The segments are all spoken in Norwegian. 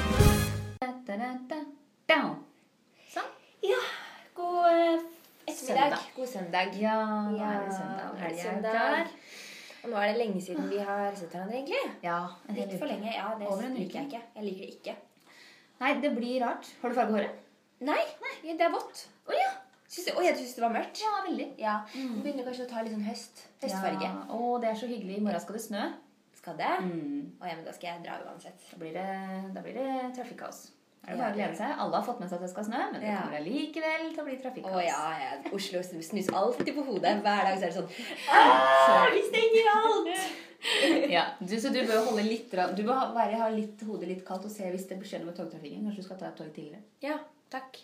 eh, søndag. Ja, nå er det søndag. nå er det Helga er søndag. klar. Og nå er det lenge siden vi har sett hverandre, egentlig. Ja, en hel Litt for uke. lenge. Ja, det Over en uke. liker jeg ikke. Jeg liker det ikke. Nei, det blir rart. Har du farge på håret? Nei, nei det er vått. Å ja. Syns du- Å, jeg syns det var mørkt. Ja, veldig. Ja. Det begynner kanskje å ta litt sånn høst. Høstfarge. Mm. Ja. Å, det er så hyggelig. I morgen skal det snø. Skal det? Mm. Å ja, men da skal jeg dra uansett. Da blir det, da blir det trafikkaos. Det er Ja, bare å det glede seg. Alle har fått med seg at det skal snø, men det Ja. kommer allikevel til å bli Å trafikkaos. ja, ja. Oslo snus alltid på hodet. Hver dag så er det sånn Ah, Vi stenger alt! ja. Du, så du bør holde litt rann- Du bør ha, være, ha litt, hodet litt kaldt og se hvis det skjer noe med togtrafikken. Kanskje du skal ta et tog tidligere. Ja, takk.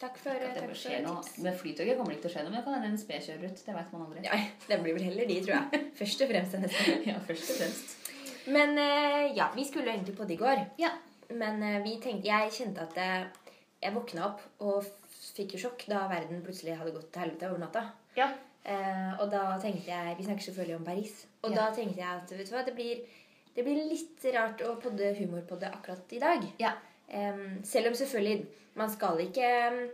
Takk for, Ikke at det takk bør for skje noe. tips. Med Flytoget kommer det ikke til å skje noe, men det kan hende NSB kjører ut. Det vet man aldri. Ja, det blir vel heller de, tror jeg. Først og fremst denne gangen. Ja, først og fremst. Men eh, ja, vi skulle jo egentlig på det i går. Ja. Men eh, vi tenkte, jeg kjente at eh, jeg våkna opp og f- fikk jo sjokk da verden plutselig hadde gått til helvete over natta. Ja. Eh, og da tenkte jeg Vi snakker selvfølgelig om Paris. Og Ja. da tenkte jeg at vet du hva, det blir, det blir litt rart å podde humor på det akkurat i dag. Ja. Em, selv om selvfølgelig Man skal ikke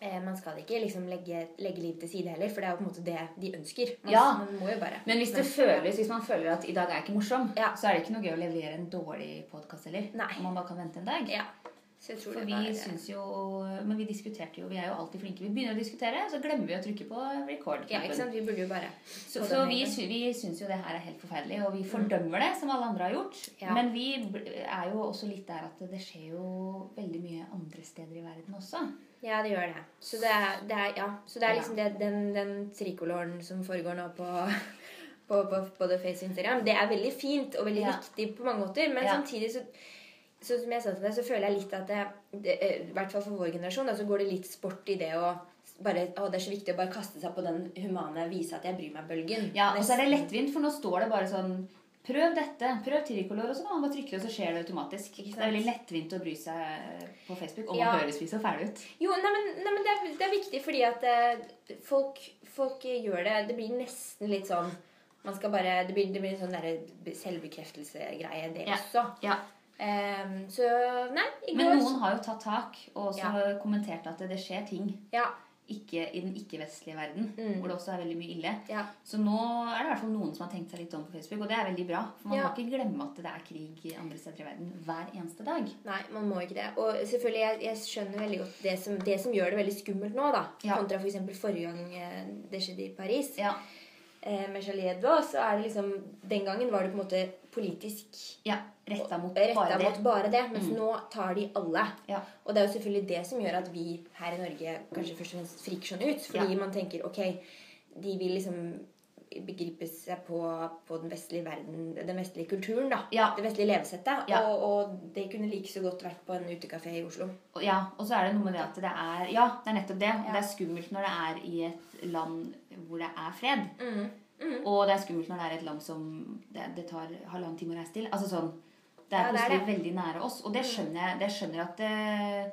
eh, Man skal ikke liksom legge, legge liv til side heller, for det er jo på en måte det de ønsker. Man, Ja. man må jo bare Men hvis det føles, hvis man føler at i dag er jeg ikke morsom, Ja. så er det ikke noe gøy å levere en dårlig podkast heller. Nei. Om man bare kan vente en dag. Ja. Så jeg tror For det vi var- syns jo Men vi diskuterte jo Vi er jo alltid flinke. Vi begynner å diskutere, så glemmer vi å trykke på Ja, ikke record-knappen. sant? Vi burde jo bare så så vi, sy- vi syns jo det her er helt forferdelig, og vi fordømmer det, som alle andre har gjort. Mm. Ja. Men vi bl- er jo også litt der at det skjer jo veldig mye andre steder i verden også. Ja, det gjør det. Så det er, det er, ja. så det er liksom det, den, den trikoloren som foregår nå på, på, på både Face og Instagram. Det er veldig fint og veldig Ja. viktig på mange måter, men Ja. samtidig så så som jeg sa til deg, så føler jeg litt at det, det eh, I hvert fall for vår generasjon, da, så går det litt sport i det å bare, å, Det er så viktig å bare kaste seg på den humane 'vise at jeg bryr meg'-bølgen. Ja, og så er det lettvint, for nå står det bare sånn Prøv dette. Prøv tricolor. Og så kan man bare trykke, og så skjer det automatisk. Ikke Det sant? er veldig lettvint å bry seg eh, på Facebook, og man Ja. høres vi så fæle ut. Jo, nei, men, nei, men det, er, det er viktig fordi at eh, folk, folk eh, gjør det Det blir nesten litt sånn man skal bare, Det blir, det blir en sånn derre selvbekreftelsegreie, det Ja. også. Ja. Em, så nei, i Men går noen har jo tatt tak, og også kommentert at det, det skjer ting ja, ikke, i den ikke-vestlige verden, Mm. hvor det også er veldig mye ille. ja, Så nå er det i hvert fall noen som har tenkt seg litt om på Facebook, og det er veldig bra. For man Ja. må ikke glemme at det er krig i andre steder i verden hver eneste dag. Nei, man må ikke det. Og selvfølgelig, jeg, jeg skjønner veldig godt det som, det som gjør det veldig skummelt nå, da. Ja. Kontra for eksempel forrige gang eh, det skjedde i Paris. Ja. Eh, med Charlie Hebdo, så er det liksom Den gangen var det på en måte politisk ja Retta mot Retta bare det. Mm. mot bare det. Mens nå tar de alle. Ja. Og det er jo selvfølgelig det som gjør at vi her i Norge kanskje først og fremst friker sånn ut. Fordi Ja. man tenker ok, de vil liksom begripe seg på, på den vestlige verden, den vestlige kulturen, da. Ja. Det vestlige levesettet. Ja. Og, og det kunne like så godt vært på en utekafé i Oslo. Og- Ja, og så er det noe med det at det er Ja, det er nettopp det. Og Ja. Det er skummelt når det er i et land hvor det er fred. Mhm. Og det er skummelt når det er et land som det, det tar halvannen time å reise til. Altså sånn Det er Ja, det Mhm. er plutselig veldig nære oss. Og det skjønner jeg. Det skjønner at eh,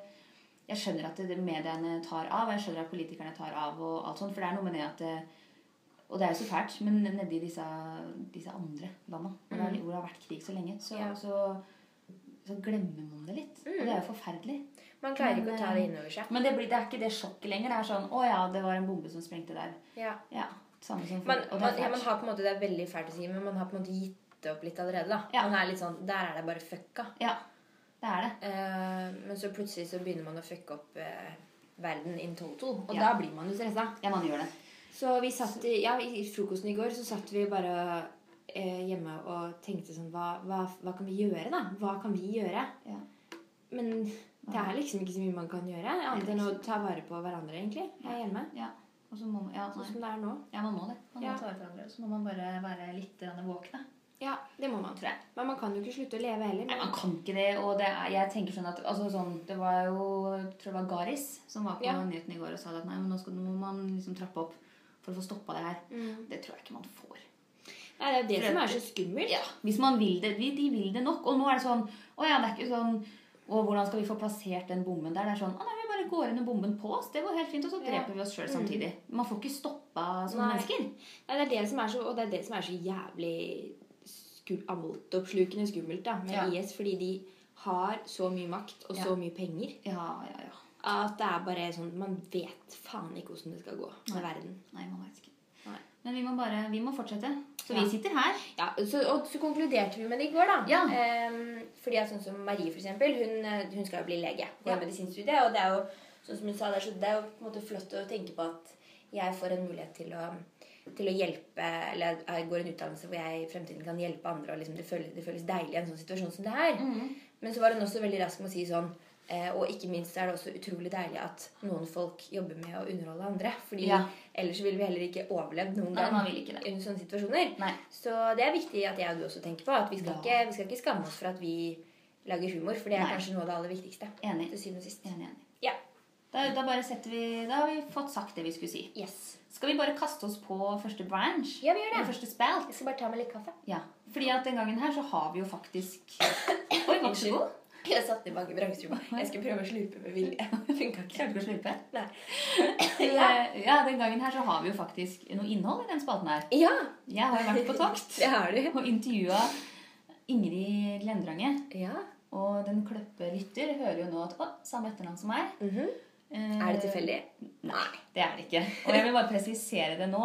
jeg skjønner at det- mediene tar av, og jeg skjønner at politikerne tar av, og alt sånt. For det er noe med det at eh, Og det er jo så fælt, men nedi disse, disse andre landa, hvor, det har- hvor det har vært krig så lenge, så, Mhm. Ja. Mhm. så, så glemmer man det litt. Og det er jo forferdelig. Man klarer Men, ikke å ta eh, det inn over seg. Men det, blir, det er ikke det sjokket lenger. Det er sånn Å ja, det var en bombe som sprengte der. Ja. Ja, samme som før. Man, Og det man, er ja, man fælt. har på en måte, Det er veldig fælt å si, men man har på en måte gitt opp litt allerede. da. Ja. Man er litt sånn, Der er det bare fucka. Ja, det er det. Eh, men så plutselig så begynner man å fucke opp eh, verden in toto. Og Ja. da blir man jo stressa. Ja, man gjør det. Så vi satt i, ja, i i frokosten i går så satt vi bare eh, hjemme og tenkte sånn hva, hva, hva kan vi gjøre, da? Hva kan vi gjøre? Ja. Men det er liksom ikke så mye man kan gjøre, annet enn å ta vare på hverandre, egentlig, her hjemme. Ja. Og så må man Ja, Sånn nei. som det er nå. ja man må det. Man må Ja. ta vare på hverandre. og Så må man bare være litt grann våkne. Ja, det må man, tror jeg. Men man kan jo ikke slutte å leve heller. Nei, Men, man kan ikke det. Og det er, jeg tenker sånn at altså, sånn, Det var jo jeg tror det var Garis som var på Ja. nyheten i går og sa at nei, men nå, skal, nå må man liksom trappe opp for å få stoppa det her. Mm. Det tror jeg ikke man får. Nei, det er jo det som er så skummelt. Ja, hvis man vil det. De, de vil det nok. Og nå er det sånn Å ja, det er ikke sånn Å, hvordan skal vi få plassert den bomben der? Det er sånn Å nei, vi bare går inn og bomben på oss. Det går helt fint. Og så Ja. Mm. dreper vi oss sjøl samtidig. Man får ikke stoppa sånne Nei. mennesker. Nei, det er det som er så, og det er det som er så jævlig sku, altoppslukende skummelt da, med Ja. IS. Fordi de har så mye makt og Ja. så mye penger Ja, ja, ja. At det er bare sånn Man vet faen ikke hvordan det skal gå med verden. Nei, man vet ikke. Nei. Men vi må bare Vi må fortsette. Så Ja. vi sitter her. Ja, så, og så konkluderte vi med det i går, da. Ja. Ehm, fordi at sånn som Marie, for eksempel, hun, eh, hun skal jo bli lege på Ja. medisinstudiet. Og det er jo sånn som hun sa, det er, så, det er jo på en måte flott å tenke på at jeg får en mulighet til å, til å hjelpe Eller jeg går en utdannelse hvor jeg i fremtiden kan hjelpe andre, og liksom det, føles, det føles deilig i en sånn situasjon som det her. Men så var hun også veldig rask med å si sånn eh, Og ikke minst er det også utrolig deilig at noen folk jobber med å underholde andre. Fordi Ja. ellers ville vi heller ikke overlevd noen Nei, gang man vil ikke det. under sånne situasjoner. Nei. Så det er viktig at jeg og du også tenker på at vi skal, Ja. ikke, vi skal ikke skamme oss for at vi lager humor, for det er Nei. kanskje noe av det aller viktigste. Enig. Til syvende og sist. Enig, enig. Ja. Da, da bare setter vi Da har vi fått sagt det vi skulle si. Yes. Skal vi bare kaste oss på første branch? Ja, vi gjør det. Eller Første spelt? Jeg skal bare ta meg litt kaffe. Ja. Fordi at den gangen her så har vi jo faktisk Oi, vær så Unnskyld. god. Jeg satt i mange brangstruma. Jeg skulle prøve å slupe med vilje. Funka ikke. Klarte du å slurpe? Nei. Ja. ja, den gangen her så har vi jo faktisk noe innhold i den spalten her. Ja, Jeg har jo vært på tokt det har du. og intervjua Ingrid Glendrange. Ja. Og den kløppe lytter hører jo nå at å, samme etternavn som meg. Mhm. Eh, Er det tilfeldig? Nei. Det er det ikke. Og jeg vil bare presisere det nå.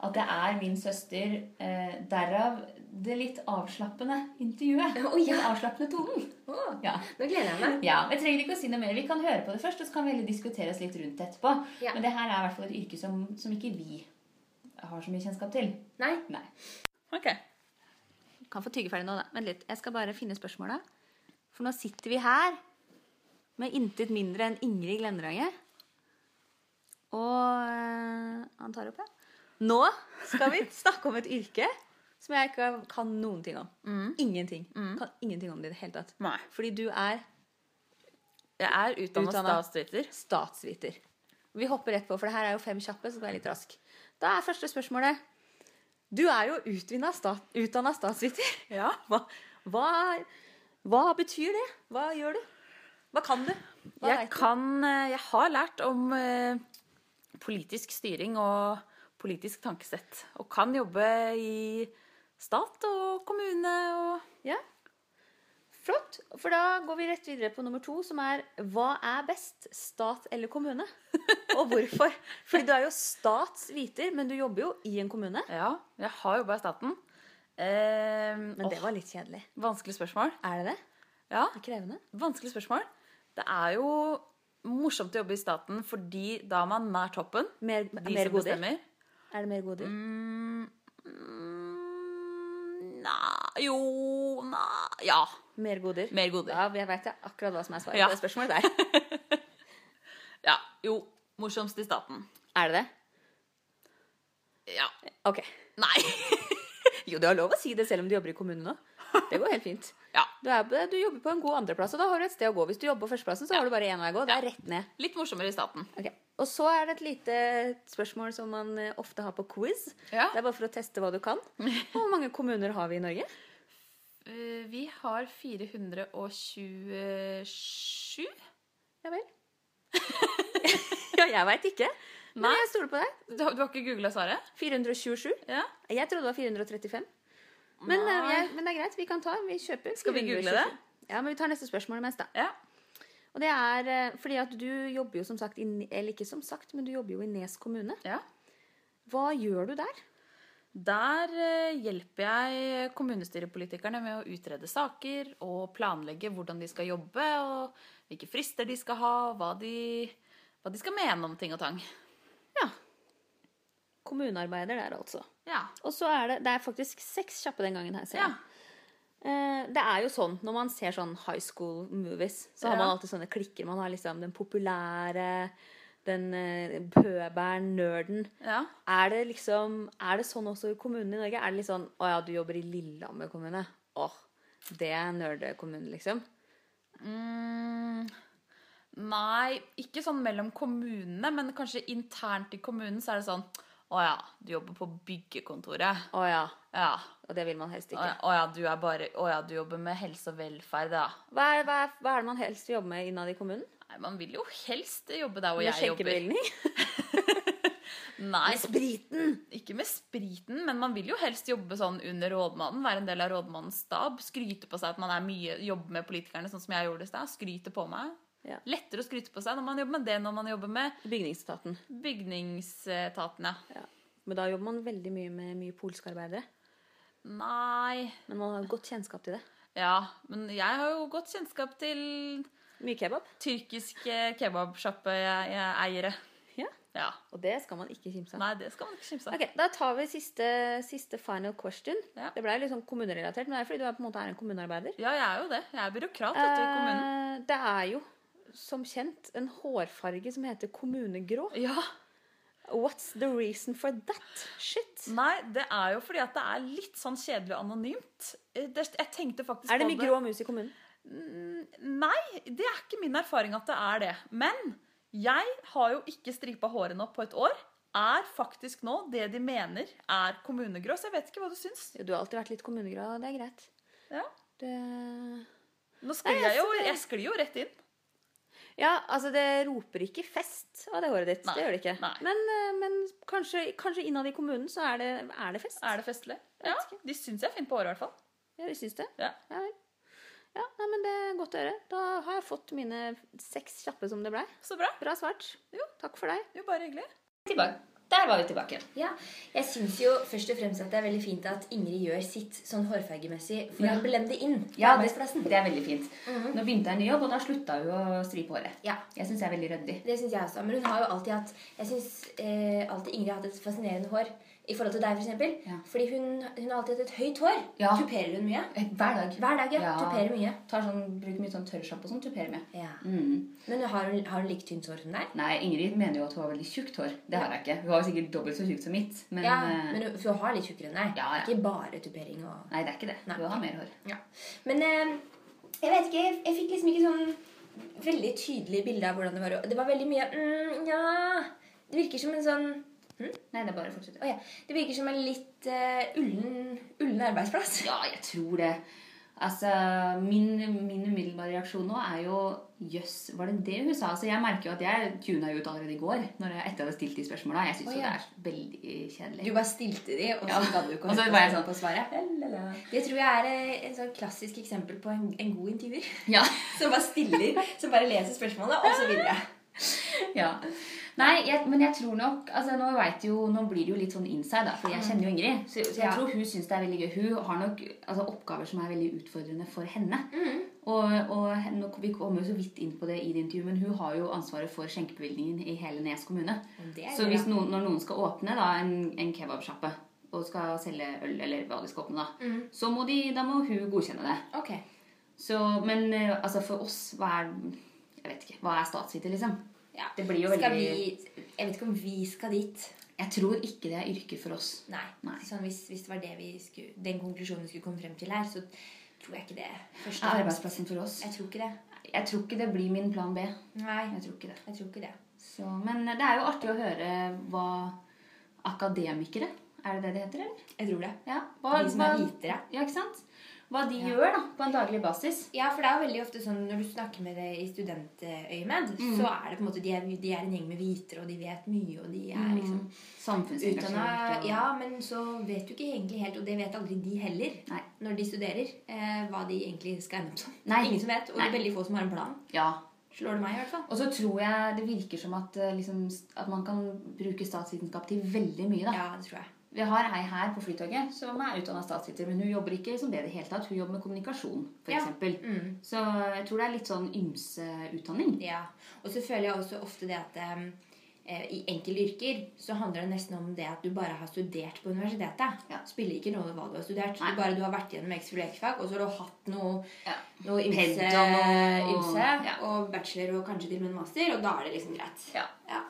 At det er min søster. Eh, derav det litt avslappende intervjuet. Å, ja. Den avslappende tonen. Å, Ja. nå gleder jeg meg. Ja, Vi trenger ikke å si noe mer. Vi kan høre på det først, og så kan vi heller diskutere oss litt rundt det etterpå. Ja. Men det her er i hvert fall et yrke som, som ikke vi har så mye kjennskap til. Nei. Nei. Ok. Kan få tygge ferdig nå, da. Vent litt. Jeg skal bare finne spørsmåla. For nå sitter vi her med intet mindre enn Ingrid Glendrage. Og eh, han tar opp, ja. Nå skal vi snakke om et yrke som jeg ikke kan noen ting om. Ingenting. Kan ingenting om det i det hele tatt. Nei. Fordi du er Jeg er utdanna Utdanna. statsviter. statsviter. Vi hopper rett på, for det her er jo fem kjappe, så skal jeg være litt rask. Da er første spørsmålet Du er jo utvinna stat, utdanna statsviter. Ja. Hva, hva, hva betyr det? Hva gjør du? Hva kan du? Hva Jeg vet du? kan eh, Jeg har lært om eh, politisk styring og politisk tankesett. Og kan jobbe i stat og kommune og Ja. Flott. For da går vi rett videre på nummer to, som er hva er best, stat eller kommune? Og hvorfor? Fordi du er jo statsviter, men du jobber jo i en kommune. Ja, jeg har jobba i staten. Eh, Men det åh, var litt kjedelig. Vanskelig spørsmål. Er det det? Ja, Er det krevende? vanskelig spørsmål. Det er jo morsomt å jobbe i staten fordi da er man nær toppen. Mer, De mer som goder? bestemmer. Er det mer goder? Mm, nei Jo Nei Ja. Mer goder. Mer goder. Ja, jeg veit akkurat hva som er svaret Ja. på det spørsmålet der. Ja, jo. Morsomst i staten. Er det det? Ja. Ok. Nei. Jo, du har lov å si det selv om du jobber i kommunen nå. Det går helt fint. Ja. Du, er, på- du jobber på en god andreplass, og da har du et sted å gå. Hvis du jobber på førsteplassen, så har du bare én vei å gå. Det er rett ned. Litt morsommere i staten. Ok, Og så er det et lite spørsmål som man eh, ofte har på quiz. Ja. Det er bare for å teste hva du kan. Hvor mange kommuner har vi i Norge? Eh, Vi har 427. Ja vel. ja, jeg veit ikke. Men Nei. jeg stoler på deg. Du har, du har ikke googla svaret? 427. Ja. Jeg trodde det var 435. Men, eh, Nei. jeg, men det er greit. Vi kan ta. Vi kjøper. Skal vi google 427. Ja, men vi tar neste spørsmål imens, da. Ja. Og det er eh, fordi at du jobber jo som sagt i Ne- Eller ikke som sagt, men du jobber jo i Nes kommune. ja. Hva gjør du der? Der eh, hjelper jeg kommunestyrepolitikerne med å utrede saker og planlegge hvordan de skal jobbe, og hvilke frister de skal ha, og hva de, hva de skal mene om ting og tang. Ja. Kommunearbeider der, altså. Ja. Og så er det Det er faktisk seks kjappe den gangen her, ser jeg. Ja. Eh, Det er jo sånn, Når man ser sånn high school movies, så har Ja. man alltid sånne klikker. Man har liksom den populære, den eh, pøbelen, nerden. ja. Er det liksom, er det sånn også i kommunene i Norge? Er det litt sånn Å ja, du jobber i Lillehammer kommune. Åh, det er nerdekommune, liksom. Mm, nei, ikke sånn mellom kommunene, men kanskje internt i kommunen så er det sånn Å ja, du jobber på byggekontoret. Å ja. Ja. Og det vil man helst Å ikke. ja, å ja, du er bare Å ja, du jobber med helse og velferd, ja. Hva er, hva er, hva er det man helst vil jobbe med innad i kommunen? Nei, man vil jo helst jobbe der hvor med jeg jobber. skjenkebevilgning? Nei, Spriten! ikke med spriten, men man vil jo helst jobbe sånn under rådmannen, være en del av rådmannens stab, skryte på seg at man er mye, jobber med politikerne, sånn som jeg gjorde i stad. Skryte på meg. Ja. Lettere å skryte på seg når man jobber med det, når man jobber med Bygningsetaten. bygningsetatene. Men da jobber man veldig mye med mye polske arbeidere. Nei Men man har godt kjennskap til det. Ja, men jeg har jo godt kjennskap til Mye kebab. tyrkiske kebabsjappe-eiere. Ja. Ja. Og det skal man ikke kimse av. Nei, det skal man ikke kimse av. Ok, Da tar vi siste, siste final question. Ja. Det ble litt sånn kommunerelatert, men det er fordi du er på en måte er en kommunearbeider. Ja, jeg er jo det. Jeg er byråkrat vet du, i kommunen. Eh, det er jo som kjent en hårfarge som heter kommunegrå. Ja, What's the reason for that shit? Mm. Nei, det er jo fordi at det er litt sånn kjedelig og anonymt. Eh, det- Jeg tenkte faktisk Er det på Mm, mye grå mus i kommunen? Nei, det er ikke min erfaring at det er det. Men jeg har jo ikke stripa hårene opp på et år. Er faktisk nå det de mener er kommunegrå, så jeg vet ikke hå du syns. Jo, du har alltid vært litt kommunegrå, og det er greit. Ja. Det... Nå sklir Nei, jeg jeg jo synes det- Jeg sklir jo rett inn. Ja, altså det roper ikke fest av det håret ditt. Nei, Det gjør det ikke. nei. Men, eh, men kanskje, kanskje innad i kommunen så er det, er det fest. Er det festlig? Ja, De syns jeg er fin på håret, i hvert fall. Ja, de syns det. Ja. Ja vel. Ja, nei, men det er godt å høre. Da har jeg fått mine seks kjappe som det blei. Så bra. Bra svart. Jo. Takk for deg. Jo, bare hyggelig. Tilbake. Der var vi tilbake. Ja, jeg syns jo først og fremst at det er veldig fint at Ingrid gjør sitt sånn hårfargemessig for å blende inn på Ja, det, arbeidsplassen. det er veldig fint. Nå begynte jeg en ny jobb, og da slutta hun å stripe håret. Ja. Jeg syns det er veldig ryddig. Det syns jeg også. Men hun har jo alltid hatt Jeg syns eh, alltid Ingrid har hatt et fascinerende hår i forhold til deg, f.eks. For eksempel. Ja. Fordi hun, hun har alltid hatt et høyt hår. Ja. Tuperer hun mye? Eh, Hver dag. Hver dag, ja. Ja. Tuperer Mm. mye. Tar sånn, bruker mye sånn tørrsjapp og sånn, tuperer med. Ja. Mm. Men har hun, har hun like tynt hår som deg? Nei, Ingrid mener jo at hun har veldig tjukt hår. Det har jeg ikke. Hun har jo sikkert dobbelt så tjukt som mitt. Men, Ja, eh, men hun, for hun har litt tjukkere enn deg. Ja, ja. Ikke bare tupering og Nei, det er ikke det. Nei. Hun har mer hår. Ja. Men eh, jeg vet ikke, jeg, jeg fikk liksom ikke sånn veldig tydelig bilde av hvordan det var. å- Det var veldig mye mm, Ja. Det virker som en sånn Nei, det er bare å fortsette. Å ja. Det virker som en litt eh, ullen, ullen arbeidsplass. Ja, jeg tror det. Altså, Min, min umiddelbare reaksjon nå er jo Jøss, var det det hun sa? Altså, Jeg merker jo at jeg tuna ut allerede i går når jeg, etter jeg hadde stilt de spørsmåla. Jeg syns Å, jo ja. det er veldig kjedelig. Du bare stilte de, og så Ja. gadd du ikke Og så høre var jeg sånn på svaret. Det tror jeg er eh, en sånn klassisk eksempel på en, en god intervjuer. Ja. Som bare stiller, som bare leser spørsmålet, og så videre. ja. Nei, jeg, men jeg tror nok altså Nå vet jo, nå blir det jo litt sånn inside, da, for jeg kjenner jo Ingrid. Så, så jeg Mm. Ja. tror hun syns det er veldig gøy. Hun har nok altså, oppgaver som er veldig utfordrende for henne. Mm. Og, og henne- vi kommer jo så vidt inn på det i det intervjuet, men hun har jo ansvaret for skjenkebevilgningen i hele Nes kommune. Det er Så det, hvis da. noen, når noen skal åpne da, en, en kebabsjappe og skal selge øl, eller hva de skal åpne, da, Mm. så må de, da må hun godkjenne det. Ok. Så, men eh, altså, for oss, hva er Jeg vet ikke. Hva er statsviter, liksom? Ja. Det blir jo Skal veldig- vi, jeg vet ikke om vi skal dit. Jeg tror ikke det er yrke for oss. Nei. Nei. Sånn, hvis, hvis det var det vi skulle, den konklusjonen vi skulle komme frem til her, så tror jeg ikke det. Først og Er fremst. arbeidsplassen for oss? Jeg tror ikke det. Jeg tror ikke det blir min plan B. Nei, Jeg tror ikke det. jeg tror ikke det. Så, men det er jo artig å høre hva akademikere Er det det det heter, eller? Jeg tror det. Ja. Hva, De som er hva- vitere. Ja, ikke sant? Hva de gjør da, på en daglig basis. Ja, for det er jo veldig ofte sånn når du snakker med det i studentøyemed, så er det på en måte de er, de er en gjeng med vitere, og de vet mye, og de er liksom utdanna Samfunnsengasjement. og- Ja, men så vet du ikke egentlig helt, og det vet aldri de heller Nei. når de studerer, eh, hva de egentlig skal ende opp som. Nei. Ingen som vet, og det er Nei. veldig få som har en plan. ja. Slår det meg, i hvert fall. Og så tror jeg det virker som at, eh, liksom, at man kan bruke statsvitenskap til veldig mye. da. Ja, det tror jeg. Vi har ei her på Flytoget som er utdanna statsviter, men hun jobber ikke som det i det hele tatt. Hun jobber med kommunikasjon, f.eks. Ja. eksempel. Mm. Så jeg tror det er litt sånn ymse utdanning. Ja, og så føler jeg også ofte det at em, eh, i enkelte yrker så handler det nesten om det at du bare har studert på universitetet. Ja. Spiller ikke noe hva du har studert. Nei. Du bare du har vært gjennom x fag og så har du hatt noe, Ja. noe ymse, Ped og- ymse ja. og bachelor og kanskje til og med en master, og da er det liksom greit. Ja. Ja.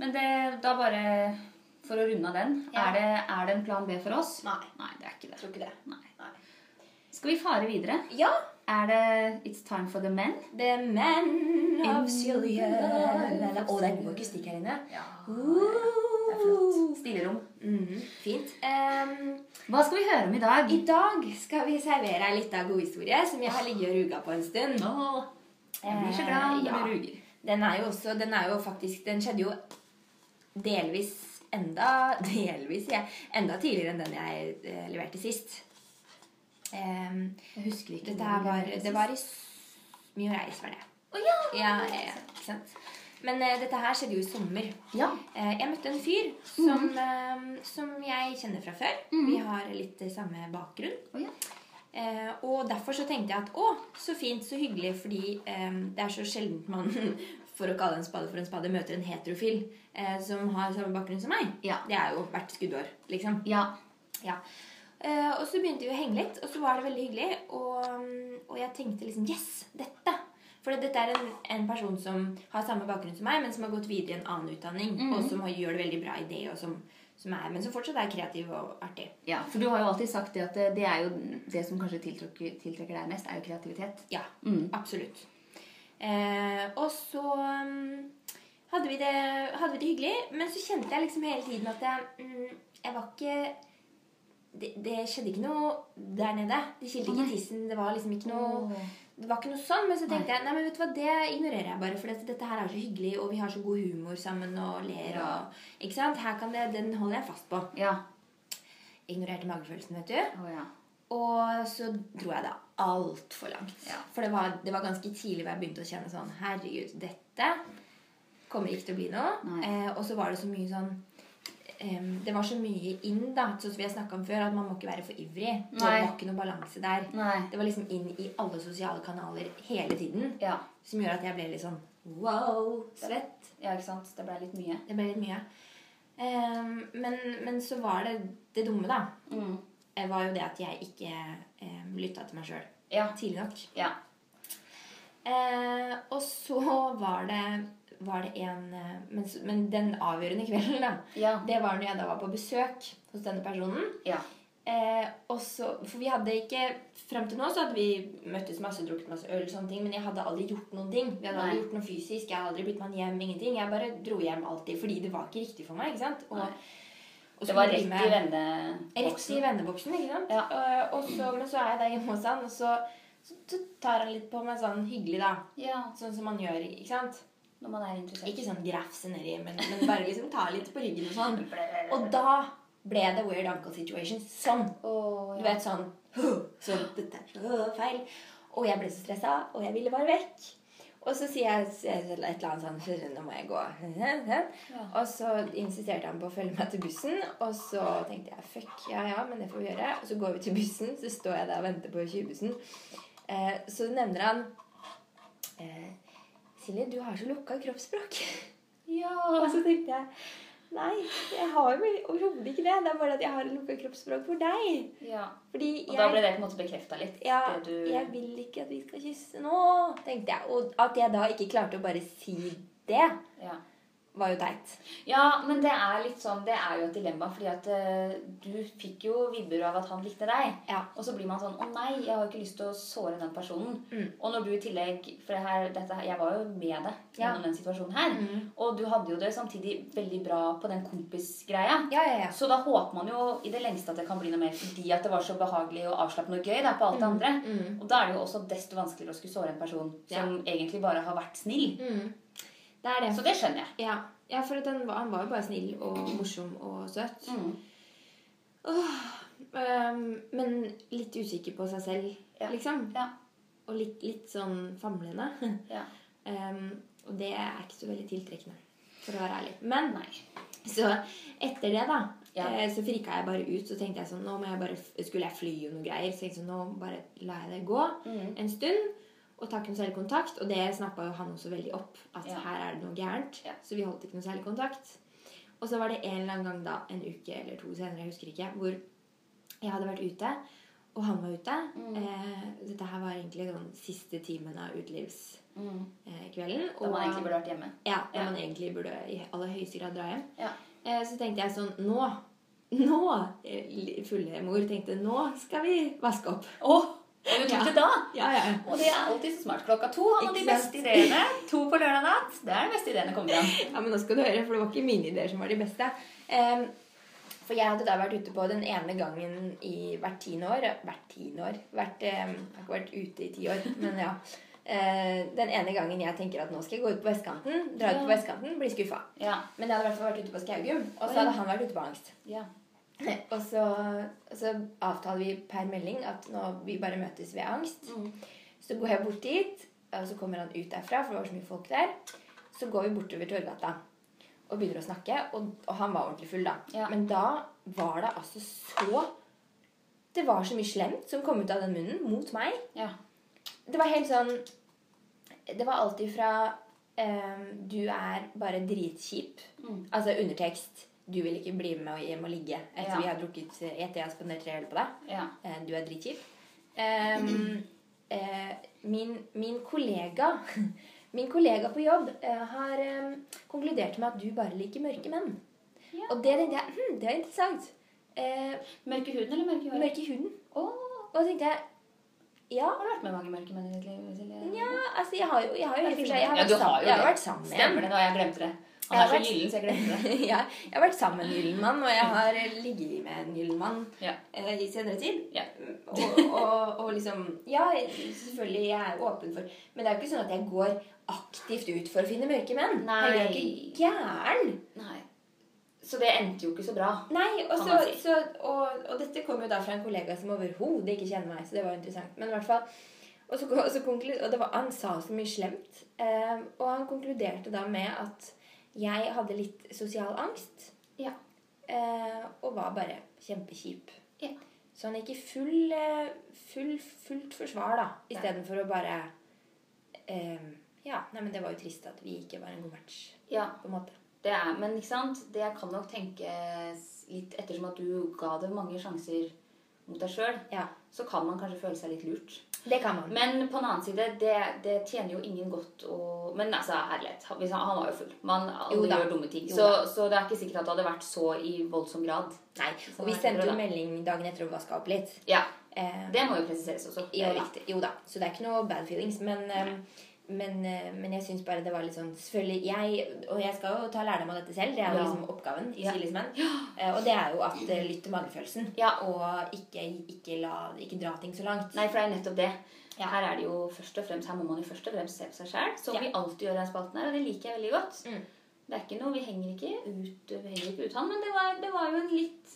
Men det, da bare for å runde av den. Ja. Er, det, er det en plan B for oss? Nei. Nei, det er ikke det. Tror ikke det. Nei. Nei. Skal vi fare videre? Ja, Er det It's time for the men? The Men of In Syria. the Å, det er god akustikk her inne. Ja. Det er flott. Stillerom. Mhm, fint. Em, Hva skal vi høre om i dag? I dag skal vi servere ei lita godhistorie som jeg har ligget og ruga på en stund. Åh, jeg blir så glad når Eh, ja. du ruger. Den er jo også Den er jo faktisk Den skjedde jo delvis enda Delvis, ja. Enda tidligere enn den jeg eh, leverte sist. Ehm, Em, Jeg husker ikke. dette her var Det var i s- Mye reis, var det. Å ja! eh, Ja, ja, ja, ikke sant? Men eh, dette her skjedde jo i sommer. Ja. Eh, jeg møtte en fyr som, Mhm. eh, som jeg kjenner fra før. Vi har litt eh, samme bakgrunn. Å, ja. Eh, og derfor så tenkte jeg at å, så fint, så hyggelig, fordi eh, det er så sjelden man, for å kalle en spade for en spade, møter en heterofil eh, som har samme bakgrunn som meg. Ja. Det er jo hvert skuddår, liksom. ja. Ja. Eh, og så begynte vi å henge litt, og så var det veldig hyggelig. Og, og jeg tenkte liksom Yes, dette! For dette er en, en person som har samme bakgrunn som meg, men som har gått videre i en annen utdanning, og som har, gjør det veldig bra i det, og som, som er, men som fortsatt er kreativ og artig. Ja, for du har jo alltid sagt det at eh, det, det er jo det som kanskje tiltrukker, tiltrekker deg mest, er jo kreativitet. Ja, Mm. absolutt. Eh, og så mm, hadde, vi det, hadde vi det hyggelig, men så kjente jeg liksom hele tiden at jeg, mm, jeg var ikke det, det skjedde ikke noe der nede. Det kilte ikke i tissen. Det var liksom ikke noe Det var ikke noe sånn, men så tenkte jeg nei, men vet du hva, det ignorerer jeg bare. For dette, dette her er så hyggelig, og vi har så god humor sammen og ler Ja. og Ikke sant? Her kan det, Den holder jeg fast på. Ja. Ignorerte magefølelsen, vet du. Å ja. Og så dro jeg det altfor langt. Ja. For det var, det var ganske tidlig hvor jeg begynte å kjenne sånn Herregud, dette kommer ikke til å bli noe. Nei. Eh, og så var det så mye sånn em, Det var så mye inn, da, sånn som vi har snakka om før, at man må ikke være for ivrig. Det Nei. var ikke noe balanse der. Nei. Det var liksom inn i alle sosiale kanaler hele tiden. Ja. Som gjør at jeg ble litt sånn wow, svett. ja, ikke sant? Det ble litt mye. Det ble litt mye. Em, men, men så var det det dumme, da eh, var jo det at jeg ikke eh, lytta til meg sjøl Ja. tidlig nok. Ja. Eh, og så var det, var det en eh, men, s- men den avgjørende kvelden, da, Ja. det var når jeg da var på besøk hos denne personen. Ja. Eh, og så, for vi hadde ikke Frem til nå så hadde vi møttes masse, drukket masse øl, og sånne ting, men jeg hadde aldri gjort noen ting. Vi hadde Nei. aldri gjort noe fysisk, jeg hadde aldri blitt med han hjem, ingenting. Jeg bare dro hjem alltid fordi det var ikke riktig for meg. ikke sant? Og, Nei. og Det var skulle rett drive i med- Rett i venneboksen. venneboksen, ikke sant? Ja. Eh, og så, men så er jeg der hjemme hos han, og så, så, så tar han litt på meg sånn hyggelig, da. Ja. Sånn som man gjør, ikke sant? Når man er interessert. Ikke sånn grafse nedi, men, men bare liksom ta litt på ryggen og sånn. Og da ble det weird uncle situation sånn. Å, Du ja. vet sånn Sånn, dette er så feil. Og jeg ble så stressa, og jeg ville bare vekk. Og så sier jeg s- et eller annet sånn «Fy, Nå må jeg gå. Og så insisterte han på å følge meg til bussen. Og så tenkte jeg fuck, ja ja, men det får vi gjøre. Og så går vi til bussen, så står jeg der og venter på 20-bussen. Eh, så nevner han eh, Silje, du har så lukka kroppsspråk. Og Ja. så tenkte jeg Nei, jeg har jo overhodet ikke det. Det er bare at jeg har lukka kroppsspråk for deg. ja. Fordi Og da ble det på en måte bekrefta litt? ja, det du... jeg vil ikke at vi skal kysse nå, tenkte jeg. Og at jeg da ikke klarte å bare si det, ja. var jo teit. ja, men det er litt sånn Det er jo et dilemma, fordi at eh, du fikk jo vibber av at han likte deg. Ja. Og så blir man sånn Å nei, jeg har jo ikke lyst til å såre den personen. Mm. Og når du i tillegg For det her, dette, her- jeg var jo med deg Ja. gjennom den situasjonen her. Mm. Og du hadde jo det samtidig veldig bra på den kompisgreia. Ja, ja, ja. Så da håper man jo i det lengste at det kan bli noe mer fordi at det var så behagelig og avslappende og gøy da, på alt det andre. Mm. Og da er det jo også desto vanskeligere å skulle såre en person som egentlig bare har vært snill. Mm. Det er det. Så det skjønner jeg. ja. ja, for at han, var- han var jo bare snill og morsom og søt. Mm. Øhm, men litt usikker på seg selv, Ja. liksom. Ja. Og litt, litt sånn famlende. Ja. Øhm, og det er ikke så veldig tiltrekkende, for å være ærlig. Men Nei. Så etter det, da, Ja. eh, så frika jeg bare ut. Så tenkte jeg sånn Nå må jeg bare, f- skulle jeg fly og noe greier. Så tenkte jeg sånn, nå bare lar jeg det gå Mhm. en stund. Og takk noe særlig kontakt. Og det snappa jo han også veldig opp. At Ja. her er det noe gærent. Ja. Så vi holdt ikke noe særlig kontakt. Og så var det en eller annen gang da, en uke eller to senere, jeg husker ikke, hvor jeg hadde vært ute, og han var ute. Mm. Eh, dette her var egentlig den siste timen av utelivskvelden. Mm. Eh, kvelden, Da man egentlig burde vært hjemme. ja, når Ja. man egentlig burde i aller høyeste grad dra hjem. Ja. Eh, Så tenkte jeg sånn Nå! Nå! eh, li- Fulle mor tenkte Nå skal vi vaske opp. Åh, og du Ja. tok det da? Ja, ja. Og det er alltid så smart. Klokka to har man de Ikke sant? beste ideene. To på lørdag natt. Det er de beste ideene kommer fram. ja, men nå skal du høre, for det var ikke mine ideer som var de beste. Em, for jeg hadde da vært ute på den ene gangen i hvert tiende år Hvert tiende år? Hvert, em, jeg har ikke vært ute i ti år, men ja. Eh, den ene gangen jeg tenker at nå skal jeg gå ut på vestkanten, dra ut på Ja. vestkanten, bli skuffa. Ja. Men jeg hadde i hvert fall vært ute på Skaugum, og Oi. så hadde han vært ute på Angst. Ja. Og så, så avtaler vi per melding at nå vi bare møtes ved angst. Så går jeg bort dit, Og så kommer han ut derfra, for det var så mye folk der. Så går vi bortover Torgata og begynner å snakke. Og, og han var ordentlig full, da. Ja. Men da var det altså så Det var så mye slemt som kom ut av den munnen mot meg. Ja. Det var helt sånn Det var alt ifra ehm, Du er bare dritkjip. Mm. Altså undertekst. Du vil ikke bli med og hjem og ligge etter Ja. vi har drukket etter jeg har spandert tre øl på deg. ja. Eh, Du er dritkjip. Ehm, eh, min, min kollega Min kollega på jobb eh, har em, konkludert med at du bare liker mørke menn. Ja. Og det tenkte jeg hm, det er interessant. Eh, Mørke huden eller mørke håret? mørke i huden. Åh, Og så tenkte jeg ja, har du vært med mange mørke menn i ditt liv? Silje? ja altså jeg har jo jeg har jo i og for seg- jeg har Ja, vært du har sam- jo jeg har det. vært sammen med Stemmer det nå? Jeg glemte det. Han er Jeg har så vært- gyllen, så jeg glemte det. ja, jeg har vært sammen med en gyllen mann, og jeg har eh, ligget med en gyllen mann Ja. eh, i senere tid. Ja. Og, og, og liksom Ja, selvfølgelig, jeg er åpen for Men det er jo ikke sånn at jeg går aktivt ut for å finne mørke menn. Jeg er jo Nei. ikke gæren. Nei. Så det endte jo ikke så bra. Nei, og, Kan så, man si. så, og, og dette kom jo da fra en kollega som overhodet ikke kjenner meg, så det var jo interessant. Men i hvert fall Og, så, og, så konklu, og det var, han sa så mye slemt. eh, og han konkluderte da med at jeg hadde litt sosial angst. Ja. eh, og var bare kjempekjip. Ja. Så han gikk i full, eh, full, fullt forsvar, da, Ja. istedenfor å bare eh, Ja, nei, men det var jo trist at vi ikke var en god match, Ja, på en måte. det er, Men ikke sant? det kan nok tenkes litt ettersom at du ga det mange sjanser mot deg sjøl, Ja, så kan man kanskje føle seg litt lurt. Det kan man. Men på den annen side, det, det tjener jo ingen godt å Men altså, ærlighet, han- hvis han, han var jo full. Man Jo alle da. gjør dumme ting. Jo Så, da. så det er ikke sikkert at det hadde vært så i voldsom grad. Nei, Så og vi nei, sendte det jo er bra. melding dagen etter og vaska opp litt. Ja, Eh, Det må jo presiseres også. Det jo, er da. viktig. jo da, så det er ikke noe bad feelings. Men, eh, men, eh, men jeg syns bare det var litt sånn Selvfølgelig, jeg Og jeg skal jo ta lærdom av dette selv. Det er jo Ja. liksom oppgaven i Ja. Silismenn. Eh, og det er jo at eh, lytt til magefølelsen. Ja. Og ikke, ikke, la, ikke dra ting så langt. Nei, for det er nettopp det. Ja. Her er det jo først og fremst, her må man jo først og fremst se på seg sjøl, som Ja. vi alltid gjør i den spalten her, og det liker jeg veldig godt. Mm. Det er ikke noe, Vi henger ikke ut, vi henger ikke ut han, men det var, det var jo en litt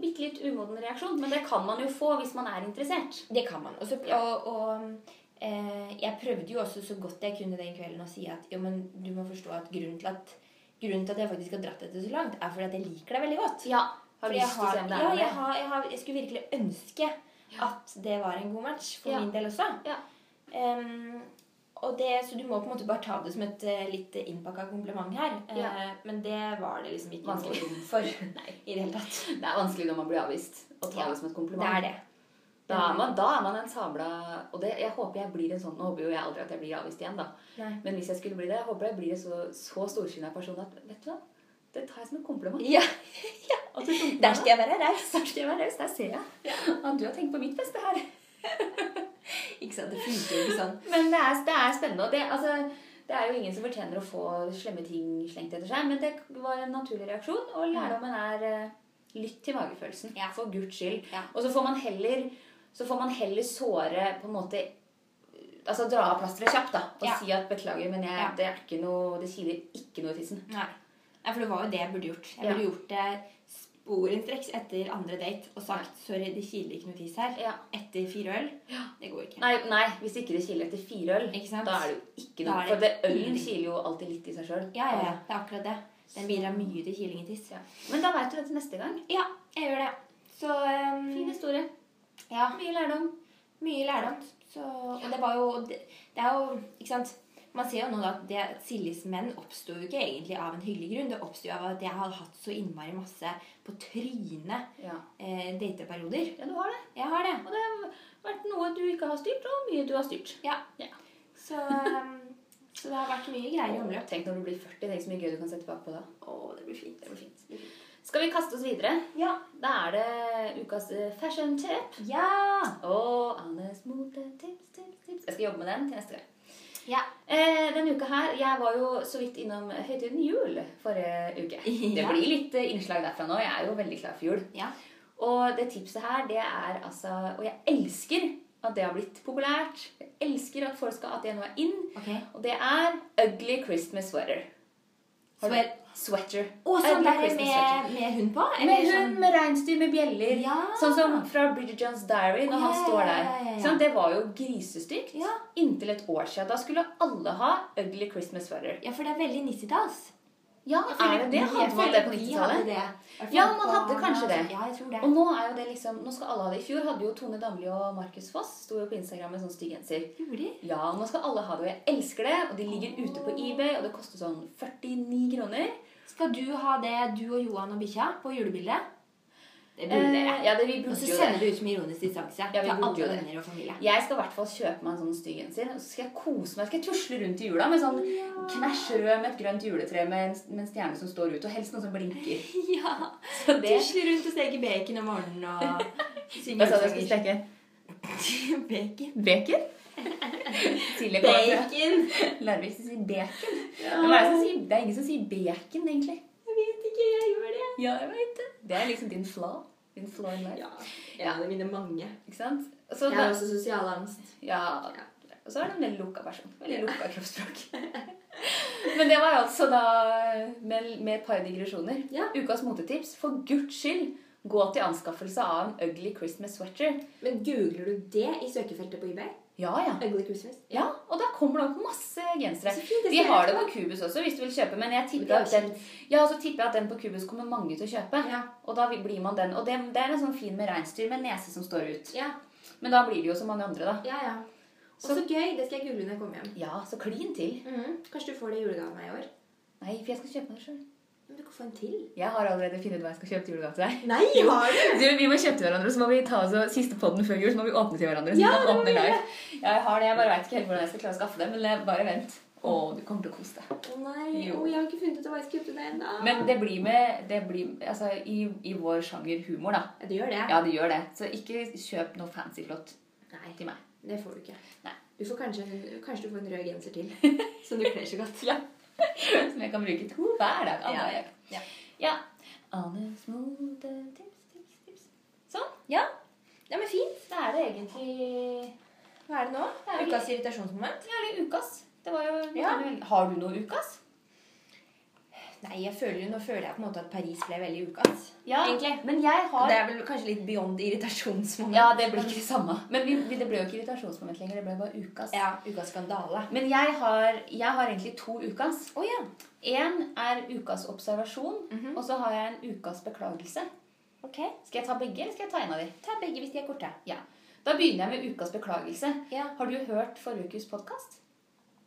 bitte litt umoden reaksjon. Men det kan man jo få hvis man er interessert. Det kan man. Og, så, Ja. og, og eh, jeg prøvde jo også så godt jeg kunne den kvelden å si at jo, men du må forstå at grunnen til at, grunnen til at jeg faktisk har dratt dette så langt, er fordi at jeg liker deg veldig godt. Ja, har Fordi jeg lyst til å se om det er ja, noe jeg, der. har, jeg, har, jeg skulle virkelig ønske at det var en god match for Ja. min del også. Ja. Em, og det, så du må på en måte bare ta det som et eh, litt innpakka kompliment her. Eh, Ja. Men det var det liksom ikke Vanskelig. noe rom for i det hele tatt. Det er vanskelig når man blir avvist, å ta Ja, det som et Det kompliment. er det. Da, er man, da er man en sabla Og det, jeg håper jeg blir en sånn Nå håper jo jeg aldri at jeg blir avvist igjen, da. Nei. Men hvis jeg skulle bli det, jeg håper jeg blir en så, så storsinna person at Vet du hva, det tar jeg som et kompliment. Ja, At du dumper der meg. skal jeg være raus. Der skal jeg være raus. Der ser jeg at du har tenkt på mitt beste her. Ikke sant? Det funker jo ikke sånn. Men det er, det er spennende. Og det, altså, det er jo ingen som fortjener å få slemme ting slengt etter seg, men det var en naturlig reaksjon. Og lærdommen er eh, lytt til magefølelsen. Mm. Ja. For guds skyld. Ja. Og så får man heller så får man heller såre på en måte Altså dra av plasteret kjapt da, og Ja. si at 'beklager, men jeg, Ja. det er ikke noe Det kiler ikke noe i tissen'. Nei. Nei, for det var jo det jeg burde gjort. Jeg Ja. burde gjort det sporenstreks etter andre date og sagt 'sorry, det kiler ikke noe tis her'. Ja. Etter fire øl. Det går ikke. Nei, nei, hvis ikke det kiler etter fire øl, Ikke sant? da er det jo ikke Da noe er For det, det ølen ingenting. kiler jo alltid litt i seg sjøl. Ja, ja, ja. Det er akkurat det. Den bidrar mye til kiling i tiss. Ja. Men da veit du det til neste gang. Ja, jeg gjør det. Så ehm, Fin historie. ja, Mye lærdom. mye lærdom. Så, og det var jo det, det er jo Ikke sant. Man ser jo nå da at det, Siljes menn oppsto jo ikke egentlig av en hyggelig grunn. Det oppsto jo av at jeg har hatt så innmari masse på trynet Ja. eh, dateperioder. ja, du har det. Jeg har det. Og det har vært noe du ikke har styrt, og mye du har styrt. Ja. Ja. Så, ehm, så det har vært mye greier i omløp. Tenk når du blir 40. Tenk så mye gøy du kan se tilbake på da. Å, det blir fint. Det blir fint. Skal vi kaste oss videre? Ja. Da er det ukas eh, fashion tip. Ja. Og Annes motetips, tips, tips. Jeg skal jobbe med den til neste gang. Ja. Eh, denne uka her, Jeg var jo så vidt innom høytiden jul forrige uke. Det Ja. blir litt eh, innslag derfra nå. Jeg er jo veldig klar for jul. Ja. Og det tipset her, det er altså Og jeg elsker at det har blitt populært. Jeg elsker at folk skal at det nå er inn. Ok. Og det er ugly Christmas sweater. Har du- Sweat- Sweater. Og sånn Ugly der Christmas sweater. med, med hund på? sånn- eller Med hund, med reinsdyr, med bjeller. Ja. Sånn som fra Bridget Johns Diary, når Ja, han ja, står ja, der. ja, ja, ja. Sånn, det var jo grisestygt Ja. inntil et år siden. Da skulle alle ha Ugly Christmas sweater. Ja, for det er veldig 90-talls. Ja, Jeg er føler det det? vi- jeg Hadde man føler det på vi 90-tallet? hadde det. Ja, man hadde kanskje det. Ja, jeg tror Og det. nå er jo det liksom Nå skal alle ha det. I fjor hadde jo Tone Damli og Markus Foss sto jo på Instagram med sånn stygg genser. Ja, og nå skal alle ha det, og jeg elsker det. Og de ligger ute på eBay, og det koster sånn 49 kroner. Skal du ha det, du og Johan og bikkja, på julebildet? Det burde Eh, dere. ja, det, vi Og burde så jo det. sender du ut som ironisk distanse Ja, vi til burde alle jo det. venner og familie. Jeg skal i hvert fall kjøpe meg en sånn stygg genser, og så skal jeg kose meg. Skal jeg tusle rundt i jula med sånn knæsj rød med et grønt juletre med en, med en stjerne som står ut, og helst noe som blinker. Ja. Så det Tusle rundt og steke bacon om morgenen og synge Hva sa du jeg skulle steke? julesanger. Bacon. Bacon? Silje kommer fra Bacon! Larvik som sier bacon. Men hva er det, som sier? det er ingen som sier bacon, egentlig. Jeg vet ikke, jeg gjør det. Ja, jeg vet det. Det er liksom din flaw. Din flaw in life. Ja. En av mine mange. Ikke sant? Så Jeg da, har også sosial angst. ja. Og så er det en veldig lukka person. Veldig lukka kroppsspråk. Men det var altså da med, med et par digresjoner. Ja. Ukas motetips. For guds skyld, gå til anskaffelse av en ugly Christmas sweater. Men googler du det i søkefeltet på eBay? Ja, ja. Ugly Christmas? Ja, Og da kommer det opp masse gensere. Så fint, det Vi skal har jeg det på ta. Cubus også, hvis du vil kjøpe. Men jeg Men det tipper er at den, ja, så tipper jeg at den på Cubus kommer mange til å kjøpe. Ja. Og da blir man den. Og det, det er en sånn fin med reinsdyr med nese som står ut. Ja, Men da blir det jo så mange andre, da. ja. ja. Og Så- så gøy. Det skal jeg google når jeg kommer hjem. Ja, så klin til. Mhm. Kanskje du får det i julegave av meg i år? Nei, for jeg skal kjøpe meg det sjøl. Men du kan få en til. Jeg har allerede funnet ut hva jeg skal kjøpe til julegave til deg. Nei, har Du, du? vi må kjøpe til hverandre, så må vi ta oss og- siste podden før jul, så må vi åpne til hverandre. Så Ja, vi kan det må åpne vi live. Ja, jeg har det. Jeg bare veit ikke helt hvordan jeg skal klare å skaffe det. Men eh, bare vent. Å, du kommer til å kose deg. Å nei, Jo. å, jeg har ikke funnet ut av hva jeg skal kjøpe til deg ennå. Men det blir med det blir, altså, i, i vår sjanger humor, da. Ja, du gjør det? Ja, det gjør det. Så ikke kjøp noe fancy flott Nei, til meg. det får du ikke. Nei. Du får kanskje, en- kanskje du får en rød genser til, som du kler så godt. Som jeg kan bruke to hver dag. Ja. Anna og jeg. Ja. ja. Annes modetips, tips, tips. Sånn. Ja. ja, men fint. Da er det egentlig Hva er det nå? Det er vel- Ukas irritasjonsmoment? Ja, eller ukas. Det var jo Ja. Har du noe ukas? Nei, jeg føler, jo- nå føler jeg på en måte at Paris ble veldig ukas. Ja. Egentlig. Men jeg har Det er vel kanskje litt beyond irritasjonsmoment. Ja, det blir ikke det samme. Men vi, vi, det ble jo ikke irritasjonsmoment lenger. Det ble bare ukas. Ja, ukas skandale. Men jeg har, jeg har egentlig to ukas. Å ja. Mhm. Én er ukas observasjon, og så har jeg en ukas beklagelse. Ok. Skal jeg ta begge, eller skal jeg ta en av de? Ta begge hvis de er korte. Ja. Da begynner jeg med ukas beklagelse. Ja. Har du hørt forrige ukes podkast?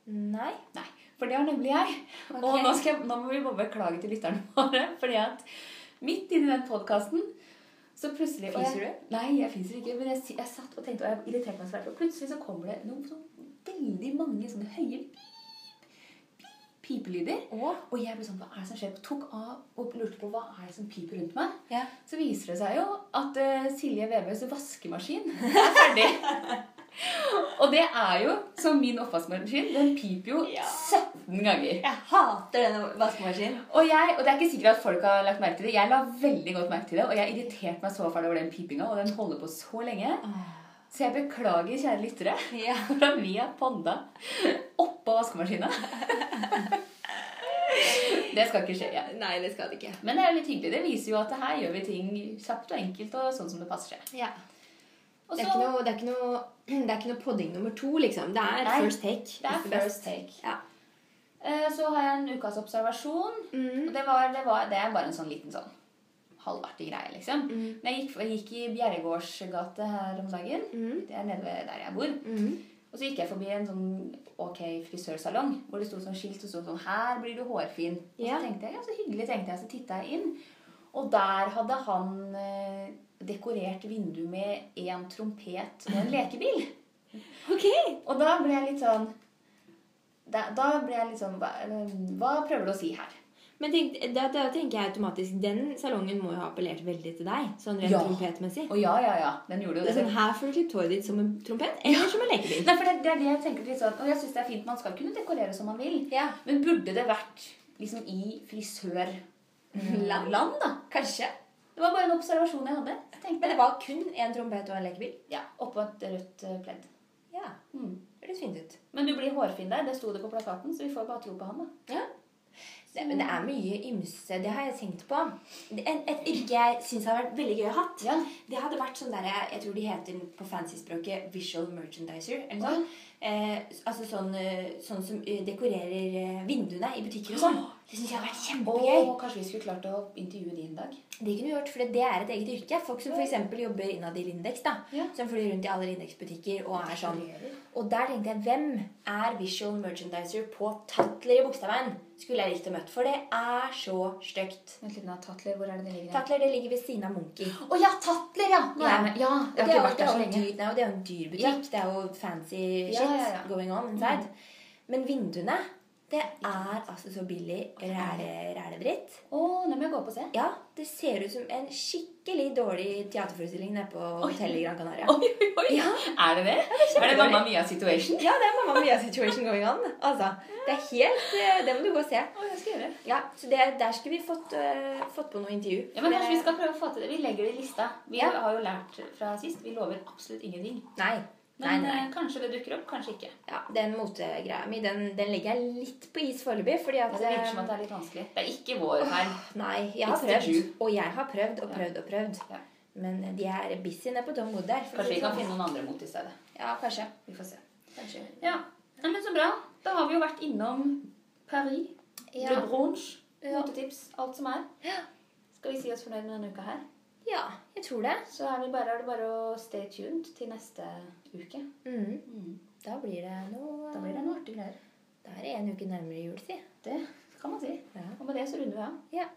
Nei. Nei. For det har nemlig jeg. Ok. Og nå, skal jeg, nå må vi bare beklage til lytterne våre. Fordi at midt inni den podkasten så plutselig og jeg- Fiser Nei, jeg fiser ikke. Men jeg, si- jeg satt og tenkte, og jeg irriterte meg svært. Og plutselig så kommer det noen sånn veldig mange sånne høye pip, pip, pipelyder. Å. Og jeg ble sånn, hva er det som skjer? Tok av og lurte på hva er det som piper rundt meg. Ja. Så viser det seg jo at eh, Silje Vebøs vaskemaskin er ferdig. og det er jo som min oppvaskmaskin. Den piper jo Ja. 17 ganger. Jeg hater denne vaskemaskinen. Og, jeg, og det er ikke sikkert at folk har lagt merke til det. Jeg la veldig godt merke til det, og jeg irriterte meg så fælt over den pipinga, og den holder på så lenge. Så jeg beklager, kjære lyttere, Ja. for at vi har podda oppå vaskemaskina. det skal ikke skje igjen. Nei, det skal det ikke. Men det er jo litt hyggelig. Det viser jo at her gjør vi ting kjapt og enkelt og sånn som det passer seg. Ja. Og Det er, så- ikke noe, det, er ikke noe, det er ikke noe podding nummer to, liksom. Det er Nei, first take. det er It's the best. first take. Ja. Eh, Så har jeg en ukas observasjon. Mm. Og det, var, det, var, det er bare en sånn liten sånn halvartig greie, liksom. Mm. Men jeg gikk, jeg gikk i Bjerregårdsgate her om dagen. Mm. Det er nede ved der jeg bor. Mhm. Og så gikk jeg forbi en sånn ok frisørsalong hvor det sto sånn skilt og stod sånn Her blir du hårfin. Og Ja. så tenkte jeg, ja, så hyggelig, tenkte jeg. Så titta jeg inn. Og der hadde han eh, dekorert vinduet med en trompet og en lekebil. Ok. Og da ble jeg litt sånn Da, da ble jeg litt sånn hva, eh, hva prøver du å si her? Men tenk, da, da tenker jeg automatisk den salongen må jo ha appellert veldig til deg. Sånn rent Ja. trompetmessig. Å ja, ja, ja. Den gjorde jo det. Det er sånn, her får du klippet håret ditt som en trompet eller som en lekebil. Nei, for det, det er det jeg tenker litt sånn Og jeg syns det er fint. Man skal kunne dekorere som man vil. Ja. Men burde det vært liksom i frisørland, da? Kanskje. Det var bare en observasjon jeg hadde. Jeg tenkte, Men det var kun en trompet og en lekebil. ja, Oppå et rødt eh, pledd. Ja. Mm. Det høres fint ut. Men du blir hårfin der. Det sto det på plakaten, så vi får bare tro på han. da. Det, men det er mye ymse. Det har jeg tenkt på. Det, et, et yrke jeg syns har vært veldig gøy å ha. Ja. Det hadde vært sånn der, Jeg tror de heter på fancy-språket visual merchandiser. Eller noe sånt. Eh, altså sånn, eh, sånn som eh, dekorerer eh, vinduene i butikker og sånn. Det syns jeg har vært kjempegøy. Og kanskje vi skulle klart å intervjue de en dag? Det kunne vi gjort, for det er et eget yrke. Folk som f.eks. jobber innad i Lindex. da, Ja. Som flyr rundt i alle Lindex-butikker og er sånn. Og der tenkte jeg hvem er visual merchandiser på Tatler i Bogstadveien? Skulle jeg likt å møte, for det er så stygt. Vent litt nå, Tatler, hvor er det det ligger? Tatler det ligger ved siden av Munker. Å ja, Tatler, ja! Nå er jeg med. Ja, jeg Det er har jo ikke vært der så det er jo lenge. dyr, nei, og det er jo en dyr butikk. Det er jo fancy shit ja, Mm. ja. going on inside. Men vinduene, det er altså så billig ræle- ræledritt. Å, nå må jeg gå opp og se. Ja, det ser ut som en skikkelig dårlig teaterforestilling nede på hotellet i Gran Canaria. Ja. Er det det? er, det Mamma Mia situation? Ja, det er Mamma Mia situation going on. Altså, det er helt eh, Det må du gå og se. Å, jeg skal gjøre det. Ja, så det, Der skulle vi fått, eh, fått på noe intervju. Ja, men For kanskje det- Vi skal prøve å få til det. Vi legger det i lista. Vi Ja. har jo lært fra sist. Vi lover absolutt ingenting. Nei. Nei, Men nei. eh, kanskje det dukker opp, kanskje ikke. Ja, Den motegreia mi den, den legger jeg litt på is foreløpig. Fordi at Altså, det virker som at det er litt vanskelig. Det er ikke vår feil. Nei, jeg har It's the prøvd. Jew. Og jeg har prøvd og Ja. prøvd og prøvd. Ja. Men eh, de er busy nede på Tom Wood der. for å Kanskje vi si det kan sånn. finne noen andre mot i stedet. Ja, kanskje. Vi får se. kanskje. Ja, Nei, men Så bra. Da har vi jo vært innom Paris, Ja. Le Bronche, Ja. motetips, alt som er. Skal vi si oss fornøyd med denne uka her? ja, jeg tror det. Så er, vi bare, er det bare å stay tuned til neste uke. Mm. Da blir det noe Da blir det noe artig greier. Da er det en uke nærmere jul, si. Det kan man si. Ja. Og med det så runder vi av. Ja.